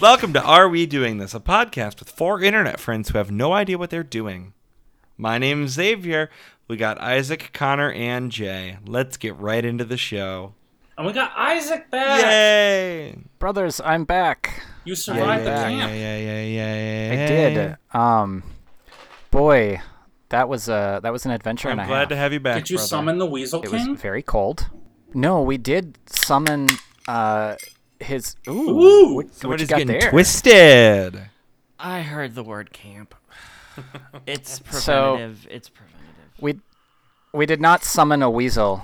Welcome to Are We Doing This, a podcast with four internet friends who have no idea what they're doing. My name's Xavier. We got Isaac, Connor, and Jay. Let's get right into the show. And we got Isaac back. Yay! Brothers, I'm back. You Yeah, survived the yeah, yeah, camp. yeah, yeah, yeah, I yeah. did. Um, boy, that was a that was an adventure. and I'm a glad to half. have you back. Did you brother. summon the Weasel It King? was very cold. No, we did summon uh his. Ooh, Ooh, what, what you Somebody's got getting there? twisted. I heard the word camp. It's So- preventative. it's preventative. We we did not summon a weasel,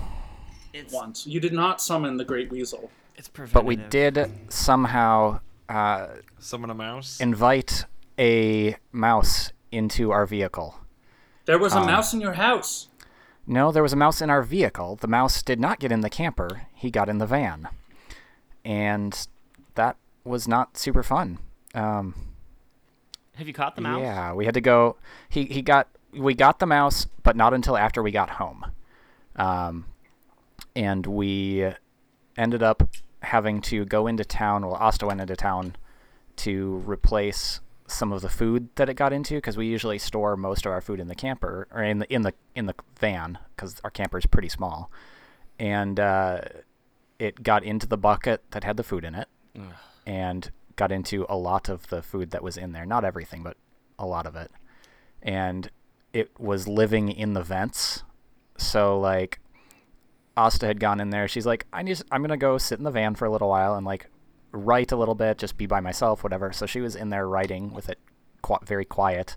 It's Once you did not summon the Great Weasel. it's preventative. but we did somehow uh, Summon a mouse. invite a mouse into our vehicle. There was a Ah. mouse in your house. No, there was a mouse in our vehicle. The mouse did not get in the camper, he got in the van. And that was not super fun. Um, Have you caught the mouse? Yeah, we had to go. He, he got we got the mouse, but not until after we got home. Um, and we ended up having to go into town. Well, Asta went into town to replace some of the food that it got into because we usually store most of our food in the camper or in the in the in the van because our camper is pretty small, and uh, it got into the bucket that had the food in it, and got into a lot of the food that was in there. Not everything, but a lot of it, and it was living in the vents. So like, Asta had gone in there. She's like, I need. I'm gonna go sit in the van for a little while and like write a little bit, just be by myself, whatever. So she was in there writing with it qui- very quiet,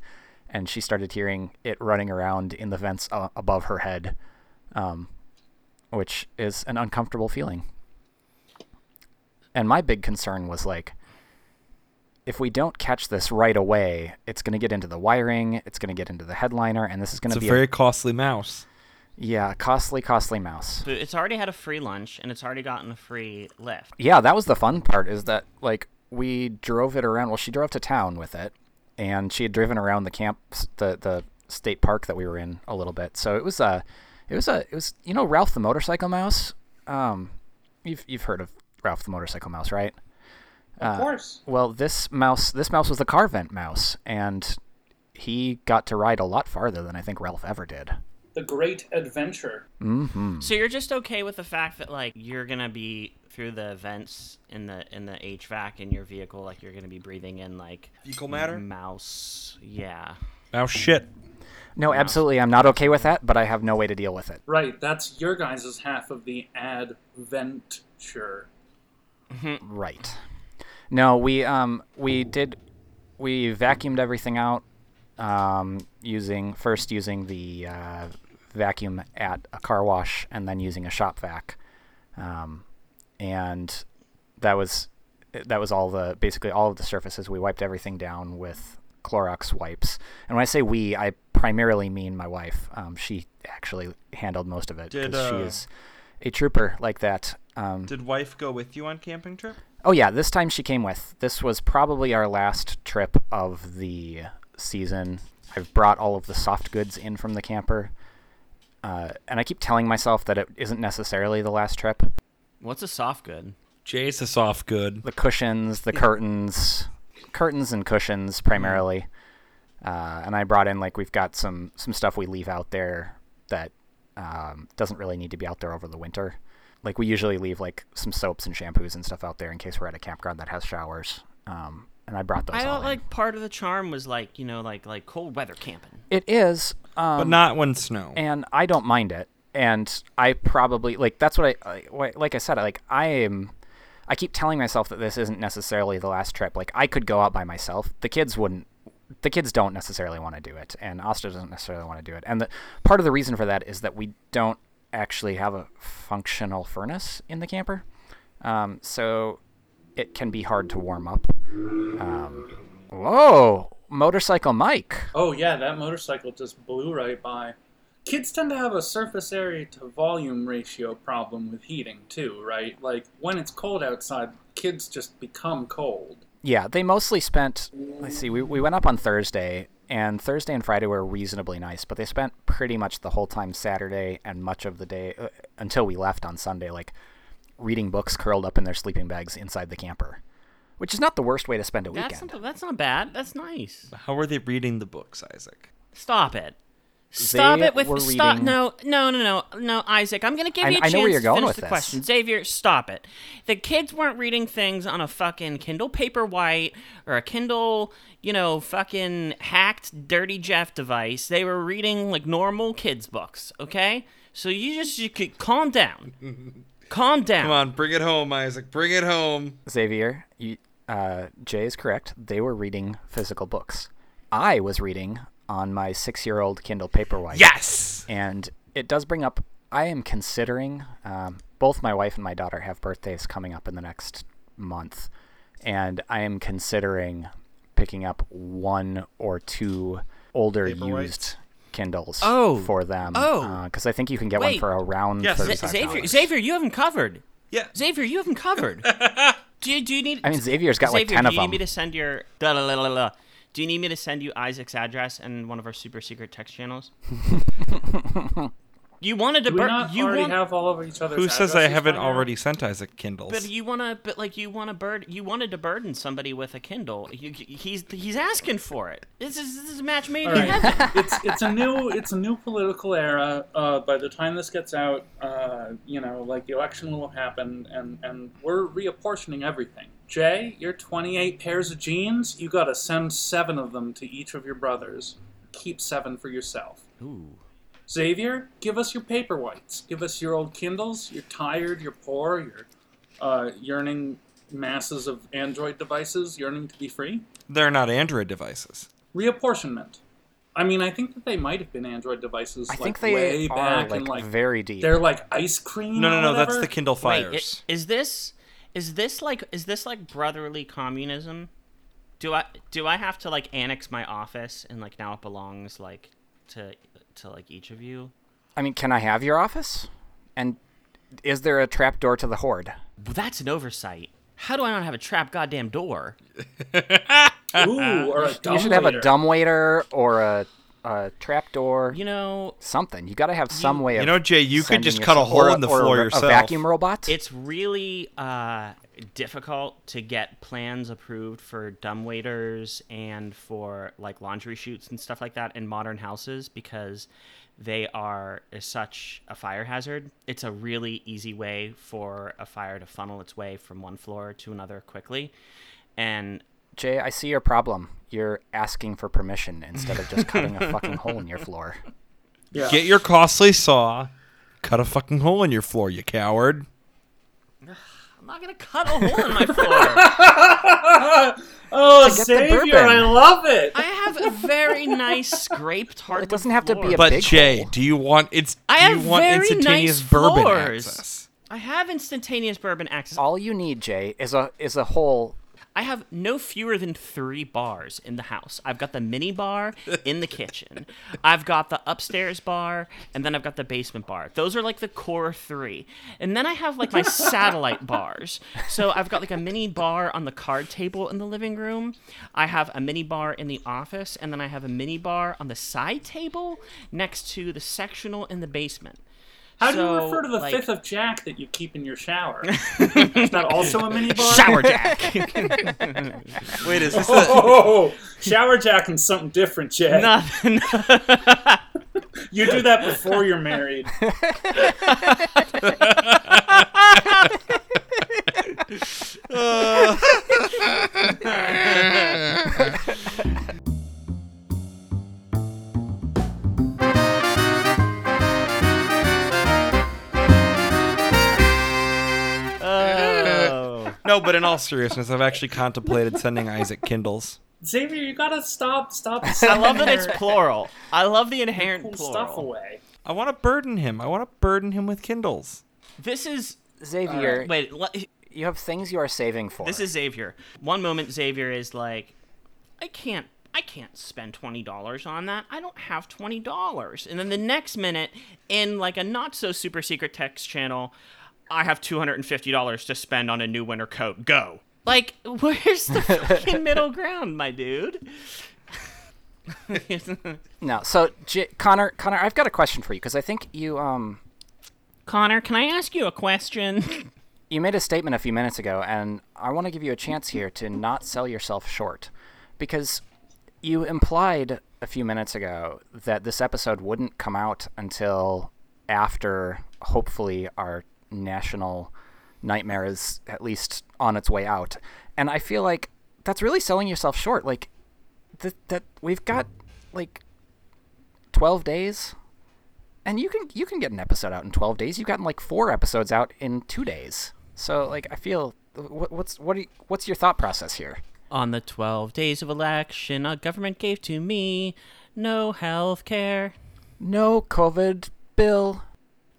and she started hearing it running around in the vents uh, above her head, um, which is an uncomfortable feeling. And my big concern was like, if we don't catch this right away, it's going to get into the wiring, it's going to get into the headliner, and this is going It's to a be very costly mouse. yeah, costly, costly mouse. But it's already had a free lunch and it's already gotten a free lift. yeah, that was the fun part is that like we drove it around. Well, she drove to town with it, and she had driven around the camp, the the state park that we were in a little bit. So it was a, it was a, it was you know Ralph the motorcycle mouse. Um, you've you've heard of Ralph the motorcycle mouse, right? Ah. of course. Well, this mouse, this mouse was the car vent mouse, and he got to ride a lot farther than I think Ralph ever did. The Great Adventure. Mm. So you're just okay with the fact that like you're gonna be through the vents in the in the HVAC in your vehicle, like you're gonna be breathing in like Fecal matter? mouse. Yeah. Mouse shit. No, absolutely, I'm not okay with that, but I have no way to deal with it. Right, that's your guys' half of the adventure. Right. No, we um we did we vacuumed everything out um using first using the uh, vacuum at a car wash and then using a shop vac. Um and that was that was all the basically all of the surfaces we wiped everything down with Clorox wipes. And when I say we, I primarily mean my wife. Um, she actually handled most of it Did, because uh, she is a trooper like that. Um, Did wife go with you on camping trip? Oh yeah, this time she came with. This was probably our last trip of the season. I've brought all of the soft goods in from the camper, uh, and I keep telling myself that it isn't necessarily the last trip. What's a soft good? Jay's a soft good. The cushions, the curtains, curtains and cushions Mm-hmm. primarily, uh, and I brought in like we've got some some stuff we leave out there that um, doesn't really need to be out there over the winter. Like we usually leave like some soaps and shampoos and stuff out there in case we're at a campground that has showers. Um, and I brought those. I all thought in. like part of the charm was like, you know, like like cold weather camping. It is, um, But not when snow. and I don't mind it. And I probably like that's what I, I wh- like. I said like I am. I keep telling myself that this isn't necessarily the last trip. Like I could go out by myself. The kids wouldn't. The kids don't necessarily want to do it, and Asta doesn't necessarily want to do it. And the part of the reason for that is that we don't actually have a functional furnace in the camper, um, so it can be hard to warm up. Um, whoa, motorcycle Mike! Oh yeah, that motorcycle just blew right by. Kids tend to have a surface area to volume ratio problem with heating too, right? Like when it's cold outside, kids just become cold. Yeah, they mostly spent. Let's see, we, we went up on Thursday, and Thursday and Friday were reasonably nice, but they spent pretty much the whole time Saturday and much of the day uh, until we left on Sunday, like reading books curled up in their sleeping bags inside the camper. which is not the worst way to spend a That's weekend. not, that's not bad. That's nice. How were they reading the books, Isaac? Stop it. Stop it with were stop. reading- No, no, no, no, no, Isaac. I'm gonna give I- you a I chance know where you're to going finish with the this. question. Xavier, stop it. The kids weren't reading things on a fucking Kindle Paperwhite or a Kindle, you know, fucking hacked Dirty Jeff device. They were reading like normal kids books. Okay, so you just you could calm down. calm down. Come on, bring it home, Isaac. Bring it home. Xavier, you, uh, Jay is correct. They were reading physical books. I was reading on my six-year-old Kindle Paperwhite. Yes. And it does bring up. I am considering. Um, both my wife and my daughter have birthdays coming up in the next month, and I am considering picking up one or two older used Kindles Oh. for them. Oh. because I think you can get one Wait. for around Yes, Z- Z- thirty-five Xavier, Xavier, you haven't covered. Yeah. Xavier, you haven't covered. do you do you need? I mean, Xavier's got like Xavier, ten do of you need me them. to send your? Da, la, la, la, la. Do you need me to send you Isaac's address and one of our super secret text channels? you wanted to Do we bur- not you already want, have all of each other's Who says I addresses by haven't now? already sent Isaac Kindles? but you want to, but like you want to bird, you wanted to burden somebody with a Kindle. You, he's he's asking for it. This is this is a match made All in right. heaven. it's it's a new it's a new political era. Uh, by the time this gets out, uh, you know, like the election will have happened, and and we're reapportioning everything. Jay, your 28 pairs of jeans, you gotta send seven of them to each of your brothers. Keep seven for yourself. Ooh. Xavier, give us your paper whites. Give us your old Kindles. You're tired. You're poor. You're uh, yearning masses of Android devices, yearning to be free. They're not Android devices. Reapportionment. I mean, I think that they might have been Android devices. I like, think way they are back like, and like very deep. they're like ice cream. No, no, or no. That's whatever. the Kindle Wait, Fires. i- is this is this like is this like brotherly communism? Do I do I have to like annex my office and like now it belongs like to to like each of you? I mean, can I have your office? And is there a trapdoor to the horde? Well, that's an oversight. How do I not have a trap goddamn door? Ooh, or a dumb you should have a waiter. dumb waiter or a, a trapdoor. You know, something. You got to have some way of. You know, Jay, you could sending just your cut a stuff- hole or in the or floor a, yourself. A vacuum robot. it's really uh, difficult to get plans approved for dumbwaiters and for like laundry chutes and stuff like that in modern houses because they are such a fire hazard. It's a really easy way for a fire to funnel its way from one floor to another quickly. And Jay, I see your problem. You're asking for permission instead of just cutting a fucking hole in your floor. Yeah. Get your costly saw. Cut a fucking hole in your floor, you coward. I'm not going to cut a hole in my floor. oh, get the savior! bourbon. I love it. I have a very nice scraped hardwood It doesn't have to floor. be a But big Jay, hole. do you want it's? I do have you want very instantaneous nice bourbon floors. access? I have instantaneous bourbon access. All you need, Jay, is a is a hole. I have no fewer than three bars in the house. I've got the mini bar in the kitchen. I've got the upstairs bar, and then I've got the basement bar. Those are like the core three. And then I have like my satellite bars. So I've got like a mini bar on the card table in the living room. I have a mini bar in the office, and then I have a mini bar on the side table next to the sectional in the basement. How do So, you refer to the like- fifth of Jack that you keep in your shower? Is that also a mini bar? Shower Jack. Wait, is this Oh, shower Jack and something different, Jay. Nothing. You do that before you're married. no? But in all seriousness, I've actually contemplated sending Isaac Kindles. Xavier, you gotta stop, stop. I love that it's plural. I love the inherent plural. stuff away. I want to burden him. I want to burden him with Kindles. This is Xavier, wait. le- you have things you are saving for. This is Xavier. One moment, Xavier is like, I can't. I can't spend twenty dollars on that. I don't have twenty dollars. And then the next minute, in like a not so super secret text channel, I have two hundred and fifty dollars to spend on a new winter coat. Go. Like, where's the fucking middle ground, my dude? no. So, J- Connor, Connor, I've got a question for you because I think you um Connor, can I ask you a question? you made a statement a few minutes ago, and I want to give you a chance here to not sell yourself short, because you implied a few minutes ago that this episode wouldn't come out until after, hopefully, our national nightmare is at least on its way out. And I feel like that's really selling yourself short. Like that, that we've got like twelve days and you can you can get an episode out in 12 days you've gotten like four episodes out in two days so like i feel what, what's what are you, what's your thought process here On the 12 days of election, a government gave to me no health care, no covid bill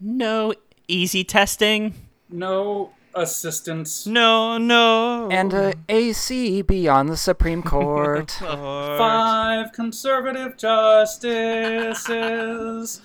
no easy testing. No assistance. No, no. and a ac beyond the supreme court Five conservative justices.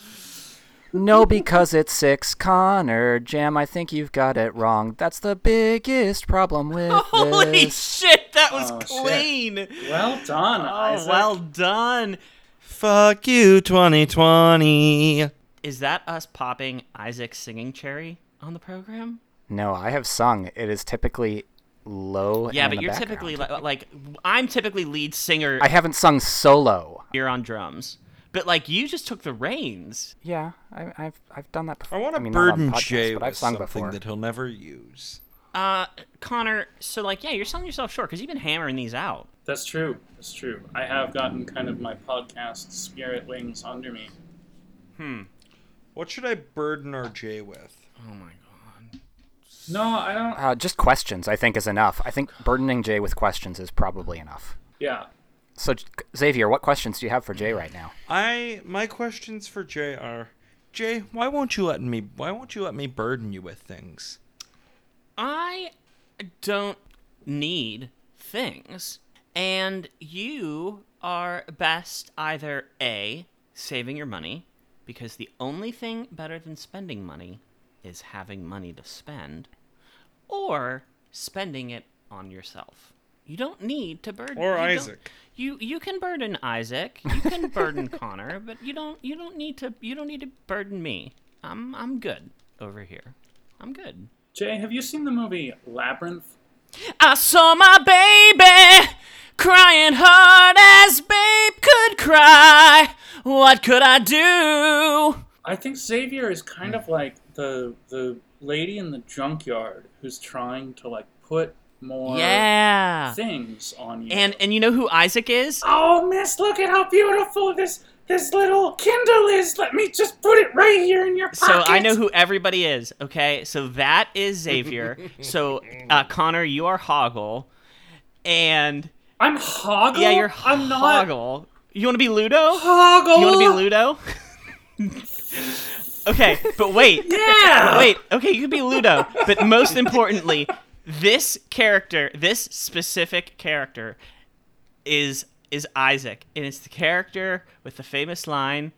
no because it's six connor jam i think you've got it wrong that's the biggest problem with Holy this shit, that was Oh, shit. clean. Well done, Oh, Isaac. well done. Fuck you, 2020. Is that us popping Isaac singing cherry on the program? no i have sung it is typically low Yeah, and in but the you're background. typically li- like I'm typically lead singer i haven't sung solo here on drums. But like you just took the reins. Yeah, I, I've I've done that I before. want to mean, not on burden podcasts, Jay but with I've sung something before. that he'll never use. Uh Connor, so like yeah, you're selling yourself short cuz you've been hammering these out. That's true. That's true. I have gotten kind of my podcast spirit wings under me. What should I burden our Jay with? Oh my god. No, I don't. Uh, just questions, I think, is enough. I think burdening Jay with questions is probably enough. Yeah. So, J- Xavier, what questions do you have for Jay right now? I my questions for Jay are, Jay, why won't you let me? Why won't you let me burden you with things? I don't need things. And you are best either A, saving your money, because the only thing better than spending money is having money to spend, or spending it on yourself. You don't need to burden Or you don't- Isaac. You you can burden Isaac, you can burden Connor, but you don't you don't need to you don't need to burden me. I'm I'm good over here. I'm good. Jay, have you seen the movie Labyrinth? I saw my baby crying hard as babe could cry. What could I do? I think Xavier is kind of like the the lady in the junkyard who's trying to like put more Yeah. things on you. And and you know who Isaac is? oh, miss, look at how beautiful this this little Kindle is. Let me just put it right here in your pocket. So I know who everybody is. Okay, so that is Xavier. so uh, Connor, you are Hoggle, and I'm Hoggle. yeah, you're I'm not Hoggle. You want to be Ludo? Hoggle. You want to be Ludo? okay, but wait. Yeah. Wait, okay, you could be Ludo, but most importantly, this character, this specific character, is is Isaac, and it's the character with the famous line,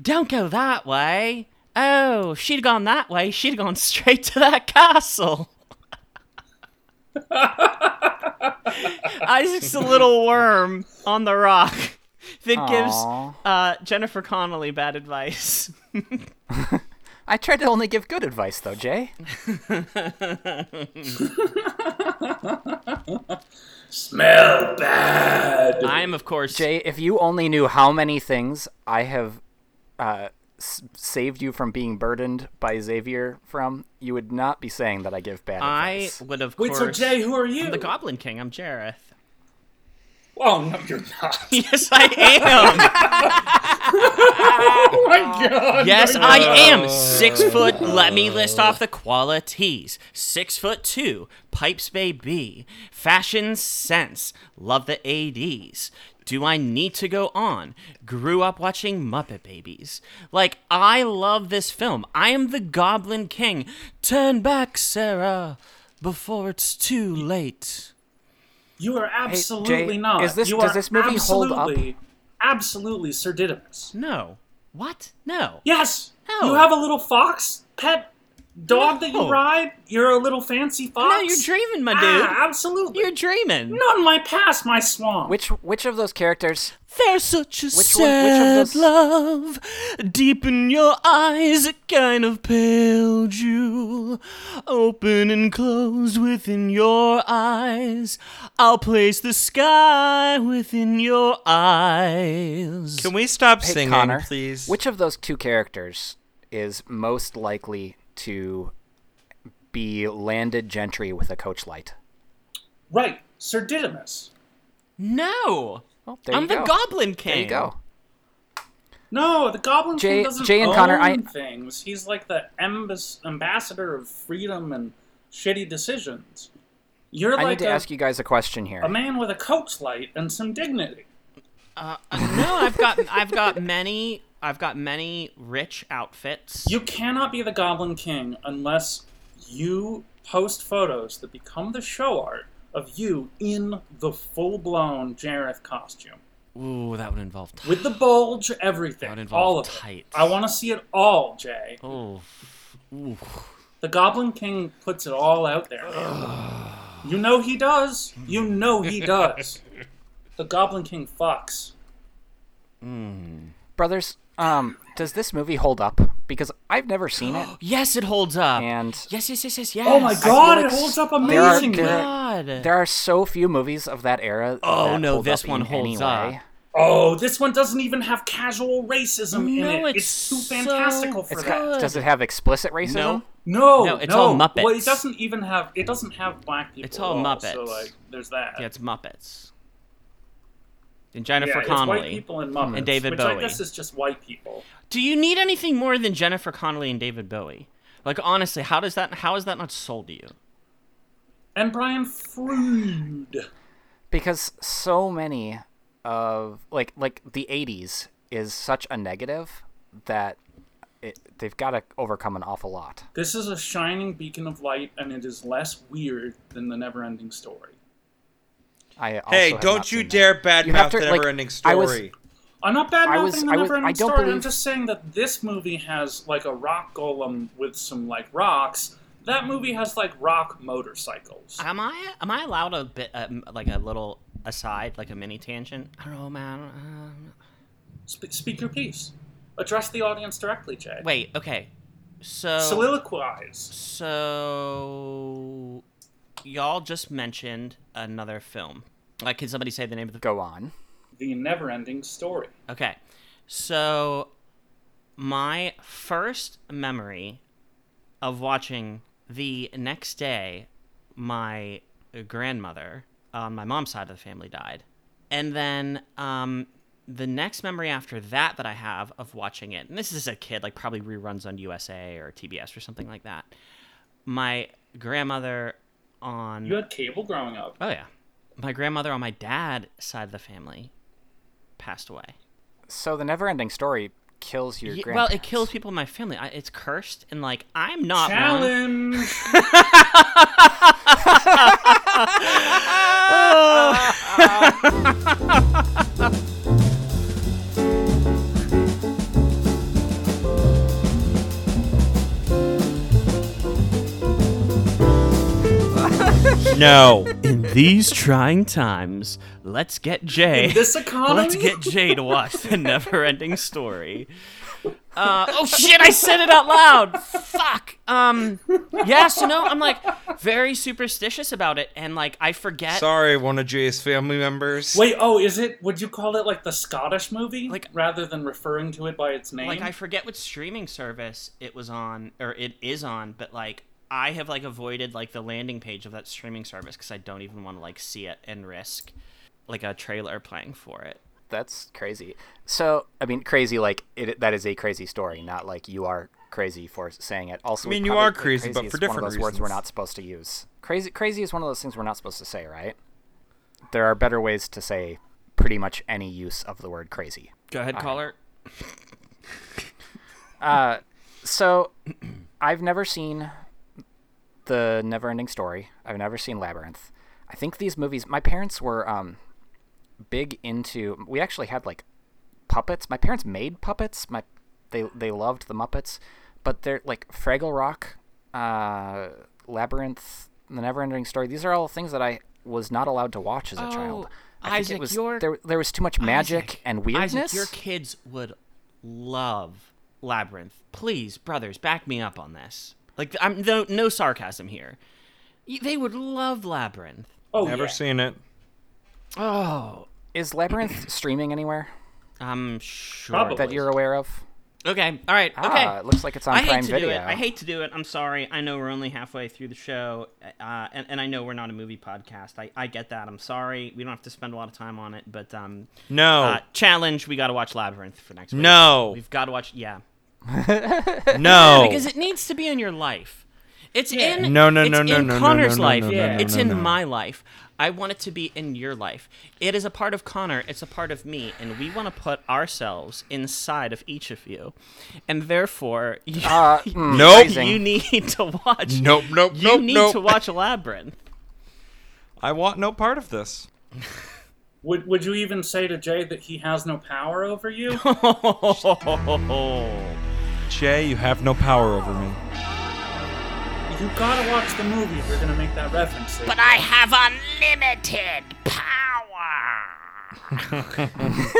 "Don't go that way." Oh, she'd gone that way. She'd gone straight to that castle. Isaac's the little worm on the rock that Aw. gives uh, Jennifer Connolly bad advice. I tried to only give good advice, though, Jay. Smell bad. I am, of course, Jay, if you only knew how many things I have uh, s- saved you from being burdened by Xavier from, you would not be saying that I give bad I advice. would of Wait, course. so Jay, who are you? I'm the Goblin King. I'm Jareth. Oh no, you're not. Yes, I am. oh my god. yes, no, I you're not. am. Six foot. Let me list off the qualities. Six foot two. Pipes baby. Fashion sense. Love the 80s. Do I need to go on? Grew up watching Muppet Babies. Like, I love this film. I am the Goblin King. Turn back, Sarah, before it's too late. You are absolutely not. is this- you does are this movie hold up? absolutely- Absolutely Sir No. What? No. Yes. No. You have a little fox pet Dog that No. you ride, you're a little fancy fox. No, you're dreaming, my dude. Ah, absolutely. You're dreaming. not in my past, my swamp. Which which of those characters? There's such a Which one- which of sad those- love deep in your eyes, a kind of pale jewel, open and closed within your eyes. I'll place the sky within your eyes. Can we stop Hey, singing, Connor, please? Which of those two characters is most likely to be landed gentry with a coach light? Right, Sir Didymus. no, Well, there I'm you the go. Goblin King. There you go. No, the Goblin Jay- King doesn't Jay and own Connor, I- things. He's like the embass- ambassador of freedom and shitty decisions. You're I like need to uh, a, ask you guys a question here. a man with a coach light and some dignity. Uh, uh, no, I've got I've got many I've got many rich outfits. You cannot be the Goblin King unless you post photos that become the show art of you in the full-blown Jareth costume. Ooh, that would involve. Time. With the bulge, everything. That would involve all of it. tights. I want to see it all, Jay. Oh, The Goblin King puts it all out there. man. you know he does. You know he does. the Goblin King fucks. Brothers, um, does this movie hold up? Because I've never seen it. yes, it holds up. And- yes, yes, yes, yes, yes. Oh my god, like it holds up there are- amazingly. there are- God. There are so few movies of that era. Oh, that no, hold this up one in holds any up. way. oh, this one doesn't even have casual racism in No, it. it's too so fantastical for It's that. good. got, does it have explicit racism? no, No, No, it's all Muppets. Well, it doesn't even have it doesn't have black people. It's all at So Muppets. like, there's that. yeah, it's Muppets. And Jennifer Yeah, it's white Connelly. people and Muppets, And David which Bowie. I guess is just white people. Do you need anything more than Jennifer Connelly and David Bowie? Like honestly, how does that how is that not sold to you? And Brian Frood. because so many of like like the 80s is such a negative that it, they've got to overcome an awful lot This is a shining beacon of light, and it is less weird than the never-ending story. i also hey, have don't not you seen that. dare badmouth have to, the like, never-ending I was- story. I'm not bad I was- mouthing the I was- never-ending I don't story. I'm believe- just saying that this movie has like a rock golem with some like rocks. That movie has like rock motorcycles. Uh-huh. Am I am I allowed a bit uh, m- like a little aside, like a mini tangent? I don't know, man. Um, Sp- speak your piece. Address the audience directly, Jay. wait, okay. So Soliloquize. so y'all just mentioned another film. Like can somebody say the name of the go on The never-ending story. Okay. So my first memory of watching the next day my grandmother on my mom's side of the family died. And then um the next memory after that that I have of watching it, and this is as a kid, like probably reruns on USA or TBS or something like that. My grandmother on You had cable growing up. oh yeah, my grandmother on my dad's side of the family passed away. so the never ending story kills your Ye- well, grandparents. it kills people in my family. I, it's cursed, and like I'm not one. Challenge. No. In these trying times, let's get Jay. this economy. Let's get Jay to watch the never-ending story. Uh, oh shit! I said it out loud. Fuck. Um. Yeah. So no, I'm like very superstitious about it, and like I forget. Sorry, one of Jay's family members. Wait, oh, is it? Would you call it like the Scottish movie, Like- rather than referring to it by its name? Like I forget what streaming service it was on, or it is on, but like I have like avoided like the landing page of that streaming service because I don't even want to like see it and risk like a trailer playing for it. that's crazy so i mean crazy like it, that is a crazy story not like you are crazy for saying it I also we mean, you probably- are like, crazy, but is for one different of those words we're reasons. not supposed to use crazy crazy is one of those things we're not supposed to say right there are better ways to say pretty much any use of the word crazy Go ahead, caller. So, I've never seen the Neverending Story. I've never seen Labyrinth. I think these movies. My parents were um, big into. We actually had like puppets. My parents made puppets. My they they loved the Muppets, but they're like Fraggle Rock uh, Labyrinth, The Neverending Story. These are all things that I was not allowed to watch as a child. Oh, I think Isaac, it was, you're- there, there was too much magic Isaac, and weirdness. Isaac, your kids would love Labyrinth. Please, brothers, back me up on this. Like, I'm no, no sarcasm here. Y- They would love Labyrinth. Oh, Never yeah. seen it. Oh, Is Labyrinth streaming anywhere I'm sure. Probably. that you're aware of? Okay. All right. Okay. Ah, it looks like it's on I hate Prime to Video. do it. I hate to do it. I'm sorry. I know we're only halfway through the show, uh, and, and I know we're not a movie podcast. I, I get that. I'm sorry. We don't have to spend a lot of time on it, but um, No. uh, challenge. We got to watch Labyrinth for next week. Oh. No. we've got to watch. Yeah, Uh, no. because it needs to be in your life. It's in No, no, it's no, no, in no, no, Connor's no, no, life. no, no, no, it's no, in no. my life. I want it to be in your life. It is a part of Connor. It's a part of me, and we want to put ourselves inside of each of you, and therefore, you, Uh, mm, Nope. phrasing. you need to watch. nope, nope, You nope, need nope. to watch Labyrinth. I want no part of this. Would Would you even say to Jay that he has no power over you? Jay, you have no power over me. you gotta watch the movie if you're gonna make that reference. but I have unlimited power.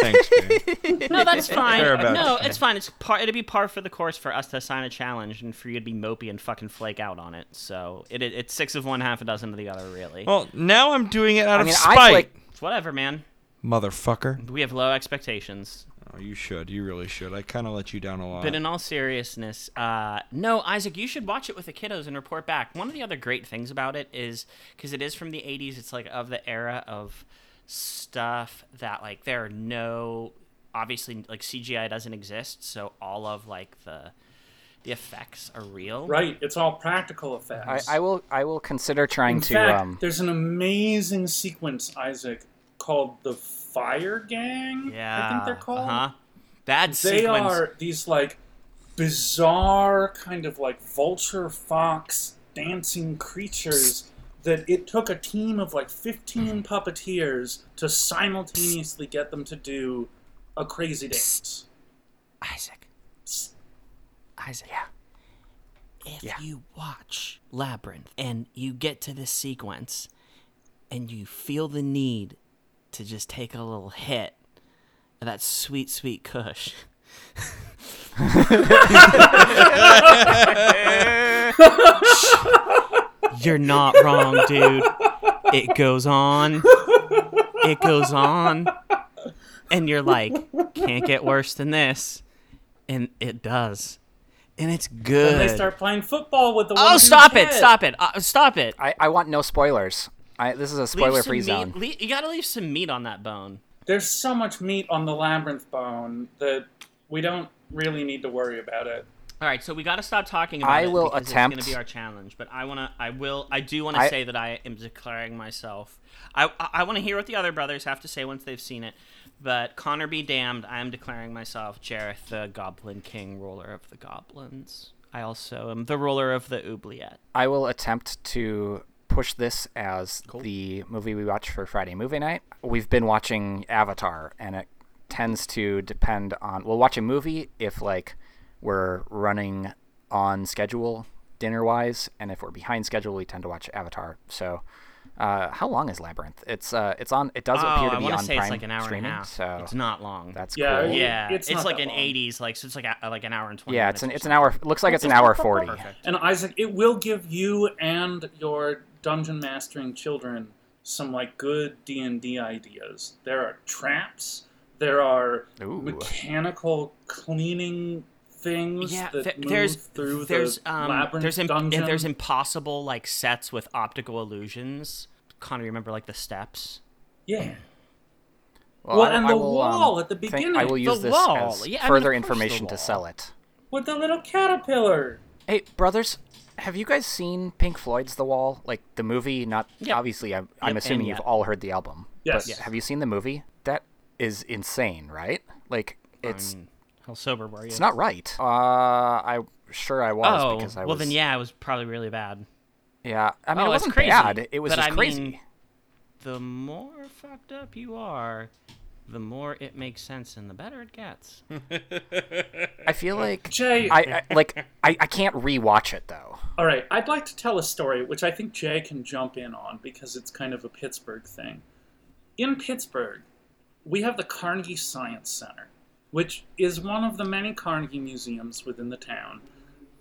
Thanks, Jay. no, that's fine. Fair about No, it. it's fine. It's par. It'd be par for the course for us to assign a challenge and for you to be mopey and fucking flake out on it. So it, it it's six of one, half a dozen of the other. Really, well, now I'm doing it out I of mean, spite. I like. it's whatever, man. Motherfucker. We have low expectations. Oh, you should. You really should. I kind of let you down a lot. But in all seriousness, uh, no, Isaac, you should watch it with the kiddos and report back. One of the other great things about it is because it is from the 80s, it's like of the era of stuff that, like, there are no. Obviously, like, CGI doesn't exist, so all of, like, the. The effects are real. Right, it's all practical I, effects. I will. I will consider trying In to. fact, um, there's an amazing sequence, Isaac, called the Fire Gang. Yeah. I think they're called. Uh-huh. Bad They sequence. are these like bizarre kind of like vulture fox dancing creatures that it took a team of like 15 puppeteers to simultaneously get them to do a crazy dance. Isaac. Isaac. Yeah. If you watch Labyrinth and you get to this sequence and you feel the need to just take a little hit of that sweet, sweet kush. You're not wrong, dude. It goes on. It goes on. And you're like, can't get worse than this. And it does. And it's good. And they start playing football with the one Oh, dude's stop it! head. Stop it! Uh, stop it! I, I want no spoilers. I, this is a Leave spoiler some free meat- zone. lea- you gotta leave some meat on that bone. There's so much meat on the labyrinth bone that we don't really need to worry about it. All right, so we gotta stop talking about I it will because It's attempt- gonna be our challenge, but I wanna, I will, I do wanna I- say that I am declaring myself. I, I, I wanna hear what the other brothers have to say once they've seen it. But Connor be damned, I am declaring myself Jareth, the Goblin King, ruler of the goblins. I also am the ruler of the oubliette. I will attempt to push this as the movie we watch for Friday movie night. We've been watching Avatar, and it tends to depend on. We'll watch a movie if like we're running on schedule dinner wise, and if we're behind schedule, we tend to watch Avatar. So. Uh, how long is Labyrinth? It's uh, it's on. It does oh, appear to I be wanna on say Prime it's like an hour streaming, and a half. so it's not long. that's Yeah, cool. it- yeah, It's it's, not like that an long. '80s, like so it's like a, like an hour and twenty. Yeah, it's minutes an or it's an hour. Looks like it's an hour forty. Perfect. And Isaac, it will give you and your dungeon mastering children some like good D and D ideas. There are traps. There are Ooh. mechanical cleaning things Yeah, that th- move there's through there's the um labyrinth there's imp- and dungeon. there's impossible like sets with optical illusions. Connor, you remember like the steps? yeah. Well, Well, I- and I the will, um, wall at the think I beginning. will The use this wall. as Yeah, I mean, further of course the information to wall. sell it. with the little caterpillar. Hey, brothers, have you guys seen Pink Floyd's The Wall? Like the movie? Not Yep. obviously. I'm, I'm and assuming you've yet. all heard the album. Yes. But have you seen the movie? That is insane, right? Like it's How sober were you? it's not right. Uh, I sure I was oh, because I well was. then yeah, it was probably really bad. Yeah. I mean, oh, it it's wasn't crazy. bad. It was but just I crazy. Mean, the more fucked up you are, the more it makes sense and the better it gets. Hmm. I feel like Jay, I, I like I, I can't rewatch it though. all right, I'd like to tell a story which I think Jay can jump in on because it's kind of a Pittsburgh thing. In Pittsburgh, we have the Carnegie Science Center, which is one of the many Carnegie museums within the town.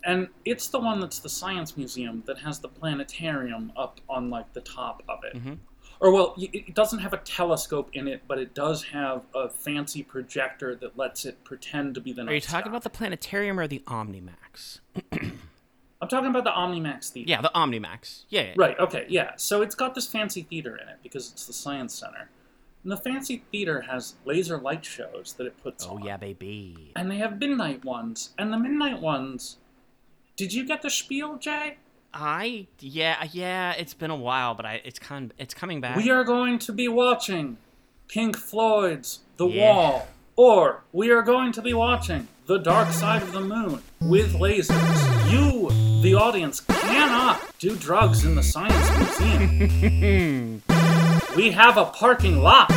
And it's the one that's the science museum that has the planetarium up on like the top of it. Mm-hmm. Or well, y- it doesn't have a telescope in it, but it does have a fancy projector that lets it pretend to be the night Are you talking sky. about the planetarium or the Omnimax? I'm talking about the OmniMax Theater. Yeah, the Omnimax. Yeah, yeah. Right, okay, yeah. So it's got this fancy theater in it because it's the science center. And the fancy theater has laser light shows that it puts Oh on. yeah, baby. And they have midnight ones. And the midnight ones did you get the spiel, Jay? I yeah yeah. It's been a while, but I it's con it's coming back. We are going to be watching Pink Floyd's The Yeah. Wall. Or we are going to be watching The Dark Side of the Moon with lasers. You, the audience, cannot do drugs in the Science Museum. we have a parking lot.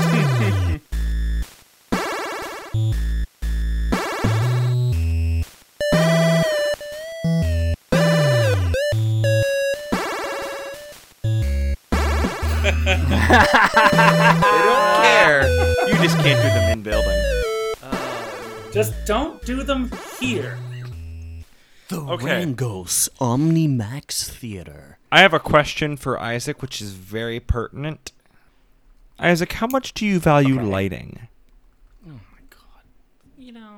They don't care. You just can't do them in building. Just don't do them here. the Okay. Rangos Omnimax Theater. I have a question for Isaac, which is very pertinent. Isaac, how much do you value lighting? Oh my god. You know,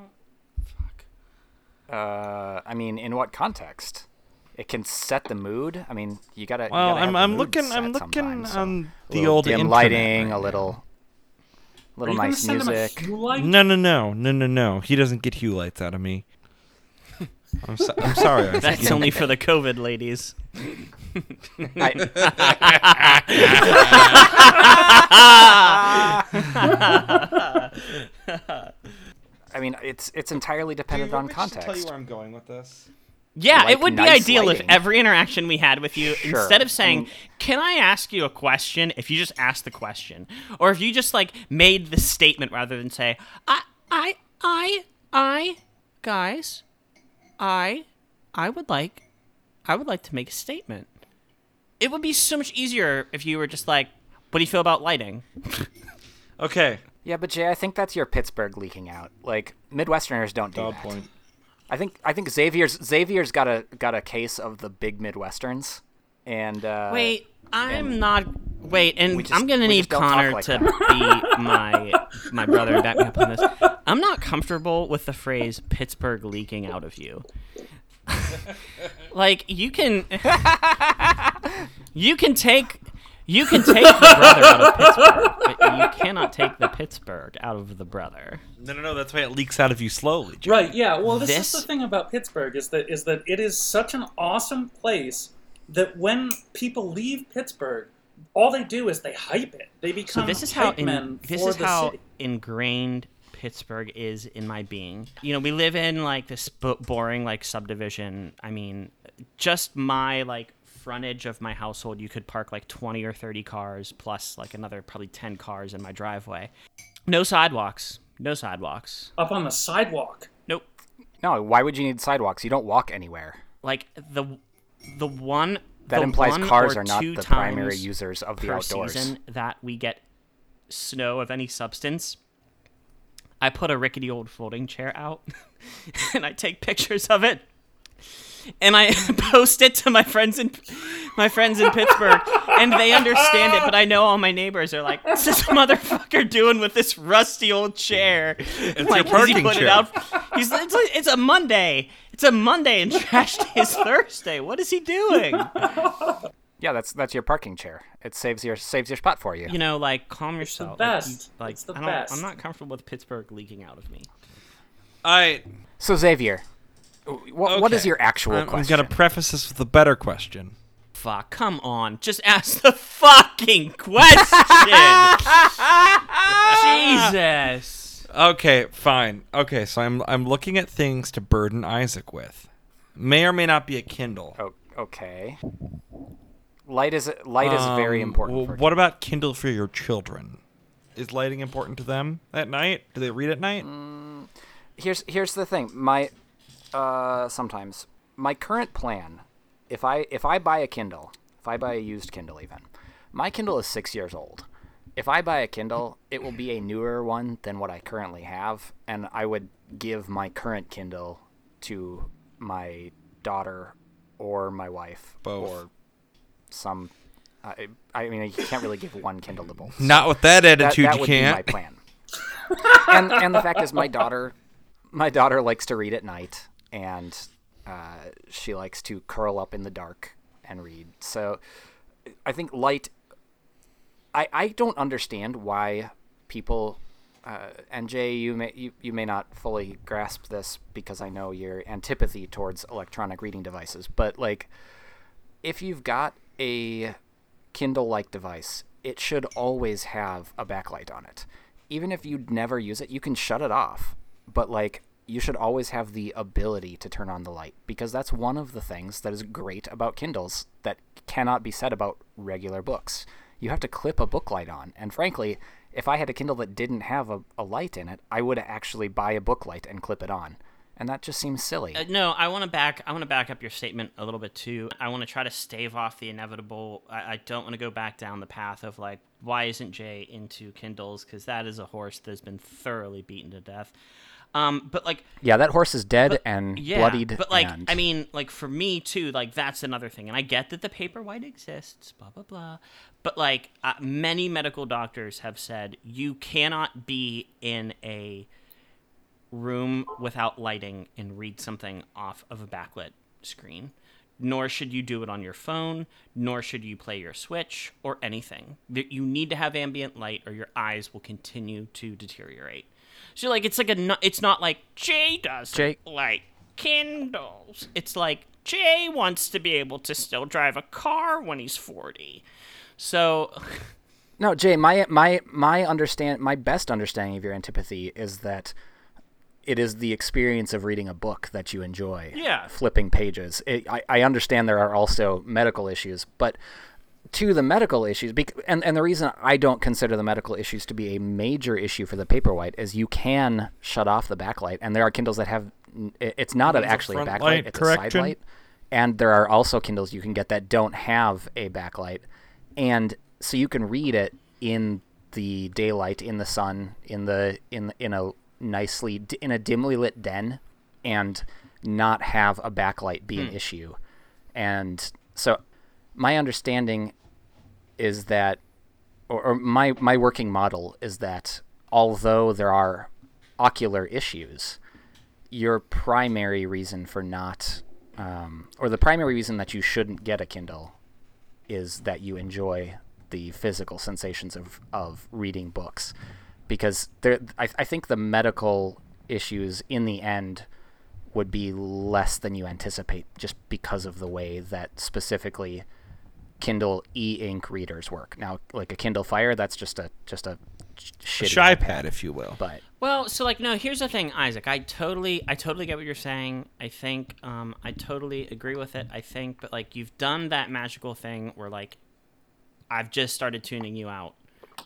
fuck. Uh, I mean, in what context? It can set the mood. I mean, you gotta. you Well, gotta have I'm the I'm mood looking I'm set looking sometimes, so on a the little old dim internet lighting, right a little, Are little you gonna nice send him a music. Hue light? No, no, no, no, no, no. He doesn't get hue lights out of me. I'm, so- I'm sorry. Isaac. That's only for the COVID ladies. I, I mean, it's it's entirely dependent on Tell you context. where I'm going with this. Yeah, like it would be nice ideal if lighting. every interaction we had with you, Sure. instead of saying, Mm. "Can I ask you a question?" if you just asked the question, or if you just like made the statement rather than say, "I, I, I, I, guys, I, I would like, I would like to make a statement." It would be so much easier if you were just like, "What do you feel about lighting?" Okay. Yeah, but Jay, I think that's your Pittsburgh leaking out. Like Midwesterners don't do Valid that. point. I think I think Xavier's Xavier's got a got a case of the big Midwesterns, and uh, Wait, I'm not. Wait, and We just- I'm gonna we need just don't talk Connor like to be my my brother and back me up on this. I'm not comfortable with the phrase Pittsburgh leaking out of you. like you can, you can take. You can take the brother out of Pittsburgh, but you cannot take the Pittsburgh out of the brother. No, no, no. That's why it leaks out of you slowly. Jim. Right, yeah. Well, this, This- is the thing about Pittsburgh is that is that it is such an awesome place that when people leave Pittsburgh, all they do is they hype it. They become So this is how hype men in, this Um, for is the how city. ingrained Pittsburgh is in my being. You know, we live in like this b- boring like subdivision. I mean, just my like frontage of my household, you could park like 20 or 30 cars plus like another probably 10 cars in my driveway. No sidewalks. No sidewalks. up on the sidewalk. Nope. no, why would you need sidewalks? You don't walk anywhere. Like the the one That the implies one cars or are not two the primary times users of the per outdoors. season that we get snow of any substance, I put a rickety old folding chair out and I take pictures of it and I post it to my friends in my friends in Pittsburgh and they understand it, but I know all my neighbors are like, "What's this motherfucker doing with this rusty old chair?" It's like, your "Has he parking put it chair." out?" He's it's, like- it's a Monday. It's a Monday and trash day is Thursday. What is he doing? Yeah, that's that's your parking chair. It saves your saves your spot for you. you know, like calm the yourself. best. Like, you- like, It's the I don't, best. I'm not comfortable with Pittsburgh leaking out of me. I. so Xavier, wh- what is Okay. your actual I'm, I'm question? gonna preface this with a better question. Fuck, come on, just ask the fucking question. Jesus. Okay, fine. Okay, so I'm I'm looking at things to burden Isaac with. May or may not be a Kindle. Oh, okay. Light is light is very Um, important. Um, well, for what about Kindle for your children? is lighting important to them at night? Do they read at night? Mm. here's here's the thing. My uh, sometimes my current plan, if I if I buy a Kindle, if I buy a used Kindle, even my Kindle is six years old. If I buy a Kindle, it will be a newer one than what I currently have, and I would give my current Kindle to my daughter or my wife Both. or some. I, I mean, you can't really give one Kindle to both Not with that that, attitude, that you would can't. be my plan. and and the fact is, my daughter, my daughter likes to read at night, and uh, she likes to curl up in the dark and read. So, I think light. I I don't understand why people. Uh, and Jay, you may you, you may not fully grasp this because I know your antipathy towards electronic reading devices, but like, if you've got a Kindle like device, it should always have a backlight on it. Even if you never use it, you can shut it off. But like you should always have the ability to turn on the light because that's one of the things that is great about Kindles that cannot be said about regular books. You have to clip a book light on. And frankly, if I had a Kindle that didn't have a, a light in it, I would actually buy a book light and clip it on. And that just seems silly. Uh, no, I want to back. I want to back up your statement a little bit too. I want to try to stave off the inevitable. I, I don't want to go back down the path of like, why isn't Jay into Kindles? Because that is a horse that's been thoroughly beaten to death. Um, but like, yeah, that horse is dead and yeah, bloodied. but like, and- I mean, like for me too, like that's another thing. And I get that the paperwhite exists, blah blah blah. But like, uh, many medical doctors have said you cannot be in a room without lighting and read something off of a backlit screen. Nor should you do it on your phone, nor should you play your Switch or anything. Th- You need to have ambient light or your eyes will continue to deteriorate. So like it's like a no- it's not like Jay does Jay- like Kindles. It's like Jay wants to be able to still drive a car when he's 40. So No, Jay, my my my understand my best understanding of your antipathy is that it is the experience of reading a book that you enjoy. Yeah. Flipping pages. It, I, I understand there are also medical issues, but to the medical issues, bec- and, and the reason I don't consider the medical issues to be a major issue for the Paperwhite is you can shut off the backlight, and there are Kindles that have, n- it- it's not a, actually a front backlight, light it's a correction. side light. And there are also Kindles you can get that don't have a backlight. And so you can read it in the daylight, in the sun, in the in in a nicely in a dimly lit den and not have a backlight be Hmm. an issue. And so my understanding is that or, or my my working model is that although there are ocular issues, your primary reason for not, um, or the primary reason that you shouldn't get a Kindle, is that you enjoy the physical sensations of of reading books, because there, I, I think the medical issues in the end would be less than you anticipate just because of the way that specifically Kindle e-ink readers work. Now, like a Kindle Fire, that's just a just a sh- shitty Shy iPad, pad, if you will. but Well, so like no, here's the thing, Isaac. I totally I totally get what you're saying. I think um I totally agree with it. I think but like you've done that magical thing where like I've just started tuning you out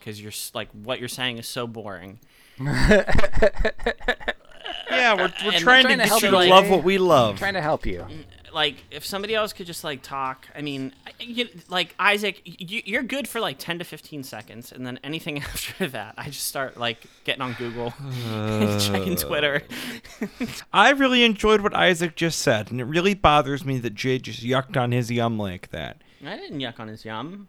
cuz you're s- like what you're saying is so boring. Yeah, we're, we're And trying, trying to to get help you you, to like- love what we love. trying to help you. Like if somebody else could just like talk. I mean, I- you, like Isaac, you, you're good for like 10 to 15 seconds and then anything after that, I just start like getting on Google, and checking Twitter. I really enjoyed what Isaac just said, and it really bothers me that Jay just yucked on his yum like that. I didn't yuck on his yum.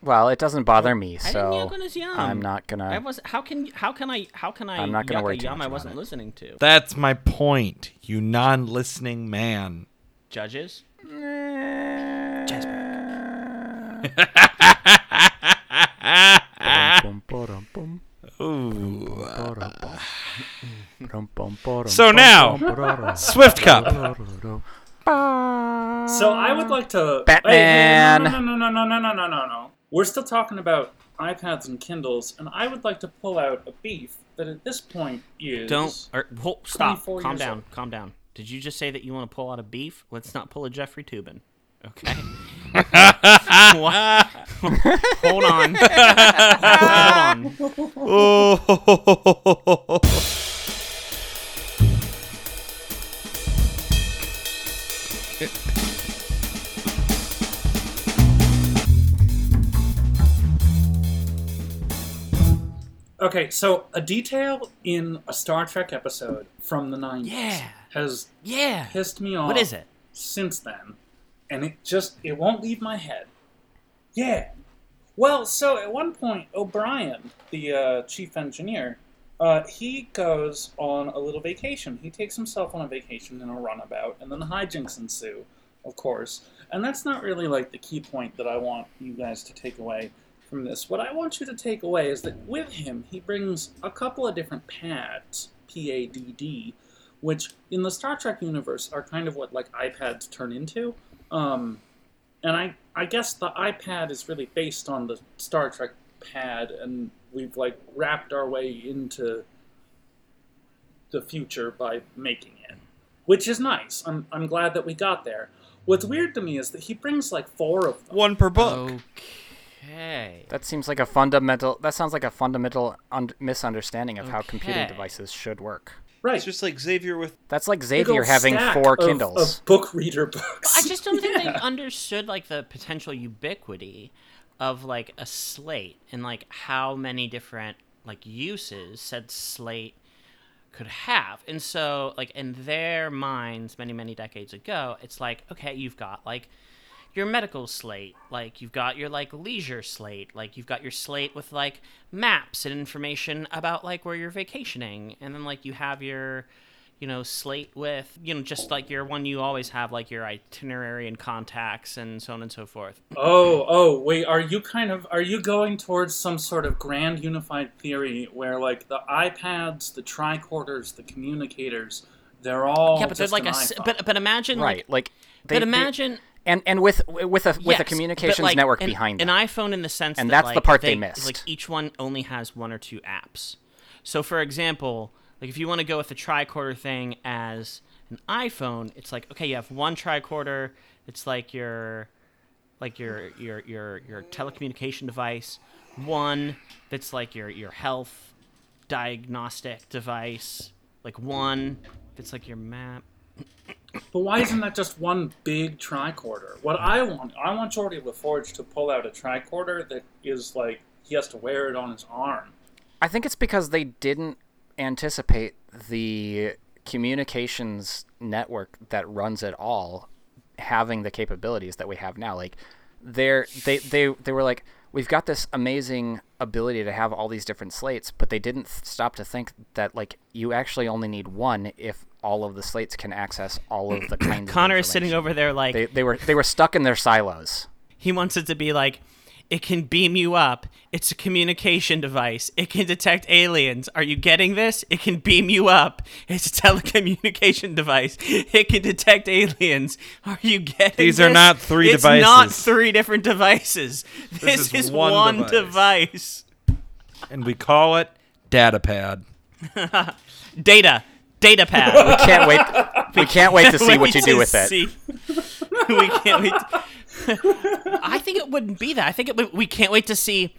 Well, it doesn't bother me, I didn't so yuck on his yum. I'm not gonna. I was. How can? How can I? How can I? I'm not gonna yuck worry a too yum much I about wasn't it. listening to. That's my point, you non listening man. Judges. Ah. Ooh. So now, Swift Cup. So I Uh. would like to. Batman. Wait, no, no, no, no, no, no, no, no, no. We're still talking about iPads and Kindles, and I would like to pull out a beef that at this point is Don't. Or, hold, stop. 24 Calm years down. old. Calm down. Did you just say that you want to pull out a beef? Let's not pull a Jeffrey Tubin. Okay. Why- Hold on. Hold on. Oh. Okay, so a detail in a Star Trek episode from the 90s Yeah. has Yeah. pissed me off. What is it? Since then, and it just it won't leave my head. Yeah. Well, so at one point, O'Brien, the uh, chief engineer, uh, he goes on a little vacation. He takes himself on a vacation in a runabout, and then hijinks ensue, of course. And that's not really like the key point that I want you guys to take away from this. What I want you to take away is that with him, he brings a couple of different pads, P A D D, which in the Star Trek universe are kind of what like iPads turn into. Um, and I, I guess the iPad is really based on the Star Trek pad, and we've like wrapped our way into the future by making it, which is nice. I'm, I'm glad that we got there. What's weird to me is that he brings like four of them. One per book. Okay. That seems like a fundamental. That sounds like a fundamental un- misunderstanding of how computing Okay. devices should work. Right. It's just like Xavier with That's like big old Xavier having stack four of- Kindles. of book reader books. I just don't think they understood like the potential ubiquity of like a slate and like how many different like uses said slate could have. And so like in their minds many many decades ago, it's like okay, you've got like your medical slate, like you've got your like leisure slate, like you've got your slate with like maps and information about like where you're vacationing, and then like you have your you know slate with you know just like your one you always have like your itinerary and contacts and so on and so forth. Oh, oh, wait, are you kind of are you going towards some sort of grand unified theory where like the iPads, the tricorders, the communicators, they're all yeah, but there's just like a an s- iPhone. but but imagine like, right. Like they, but they- imagine. and and with with a with Yes, a but, communications like, network an- behind an them. iPhone in the sense, And that, that's the like, part they is, Like missed. each one only has one or two apps. So, for example, like if you want to go with the tricorder thing as an iPhone, it's like okay, you have one tricorder. It's like your like your your your your telecommunication device. One that's like your your health diagnostic device. Like one that's like your map. But why isn't that just one big tricorder? What I want, I want Jordy LaForge to pull out a tricorder that is like he has to wear it on his arm. I think it's because they didn't anticipate the communications network that runs it all having the capabilities that we have now. Like they're they they they were like we've got this amazing ability to have all these different slates, but they didn't th- stop to think that like you actually only need one if all of the slates can access all of the kinds. Connor of is sitting information. over there like They, they were they were stuck in their silos. He wants it to be like, it can beam you up. It's a communication device. It can detect aliens. Are you getting this? It can beam you up. It's a telecommunication device. It can detect aliens. Are you getting These are this? not three it's not devices. three different devices. This, is is, one one, device. device. and we call it Datapad. Data. Data pad. Can't wait. We can't wait to see what you do with it. See. we can't wait. to- I think it wouldn't be that. I think it would, we can't wait to see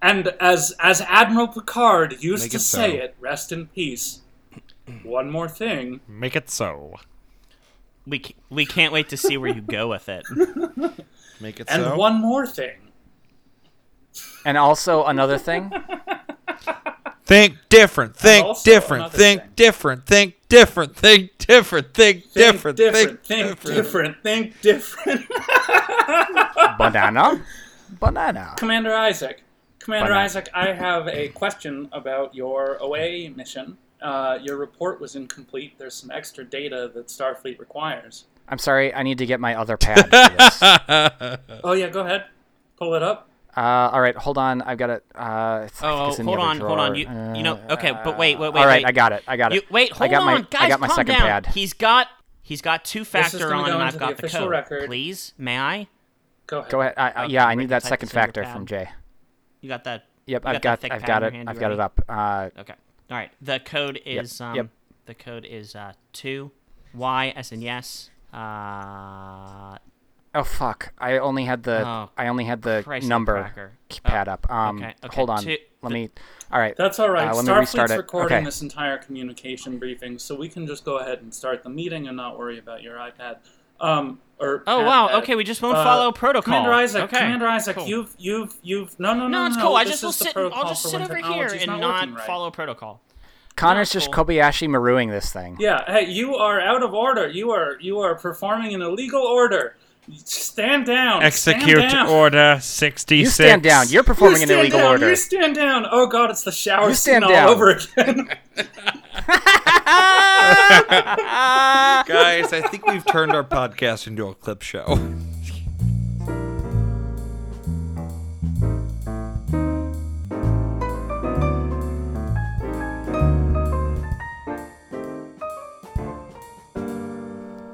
And as as Admiral Picard used Make to it so. say it, rest in peace. One more thing. Make it so. we ca- we can't wait to see where you go with it. Make it And so. one more thing. And also another thing. Think different. Think also different. another Think thing. different. Think different. Think different. Think Think different. different, think different, think different. banana banana Commander Isaac. Commander Why not? Isaac, I have a question about your away mission. Uh, your report was incomplete. There's some extra data that Starfleet requires. i'm sorry i need to get my other pad for this. uh, Oh yeah, go ahead, pull it up. all right hold on i've got it uh it's, I think Oh, it's in the hold other on, hold on. drawer. You, you know, Uh, okay, but wait, wait, wait. all right wait. i got it i got it You, wait, hold i got on, my guys. i got my calm second down. pad He's got he's got two is factor gonna on, go and into I've the got the, official code. record. Please, may I? Go ahead. go ahead I, I, yeah i Okay, need Rick, that type second this in your factor Oh, pad. from jay You got that? yep you i've that got thick i've pad got in your it hand, you i've got it ready? up uh Okay. All right. The code is um yep. the oh, code is uh two y as in yes uh Oh fuck! I only had the Oh, I only had the Christ, number cracker. Oh, k- pad up. Um, okay, okay, hold on. two- let the- me. All right. That's all right. Uh, let me restart Starfleet's it. recording Okay. this entire communication briefing, so we can just go ahead and start the meeting and not worry about your iPad. Um, or Oh, wow, iPad. okay, we just won't follow protocol. uh, Commander Isaac, Okay, Commander Isaac, cool. you've you've you've no no no No, it's no, cool. I this just is will the sit. protocol I'll just for sit when over here technology's and not not working right. follow protocol. Connor's just cool. Kobayashi Maruing this thing. Yeah, hey, you are out of order. You are you are performing an illegal order. Stand down. Execute stand down. order 66. you stand down. You're You performing stand an illegal down. order. You stand down. Oh God, it's the shower You scene stand all down. over again. Guys, I think we've turned our podcast into a clip show.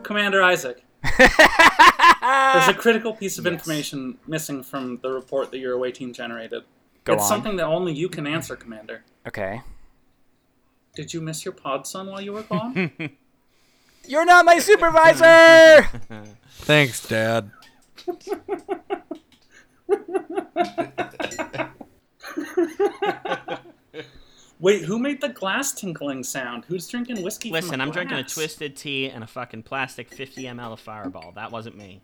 Commander Isaac. There's a critical piece of information missing from the report that your away team generated. Go it's on. something that only you can answer, Commander. Okay. Did you miss your pod son while you were gone? You're not my supervisor. Thanks, Dad. Wait, who made the glass tinkling sound? Who's drinking whiskey? from Listen, a I'm drinking a glass? twisted tea and a fucking plastic 50 ml of Fireball. That wasn't me.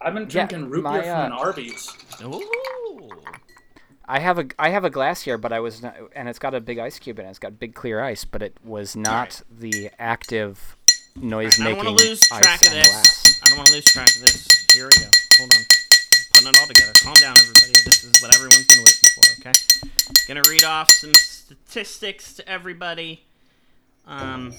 I've been Yeah, drinking root beer my, from uh, an Arby's. Ooh. I have a I have a glass here, but I was not, and it's got a big ice cube in it. It's got big clear ice, but it was not the active noise I don't making want to lose ice track of on this. glass. I don't want to lose track of this. Here we go. Hold on. I'm putting it all together. Calm down, everybody. This is what everyone's been waiting for, okay? Gonna read off some statistics to everybody. Um,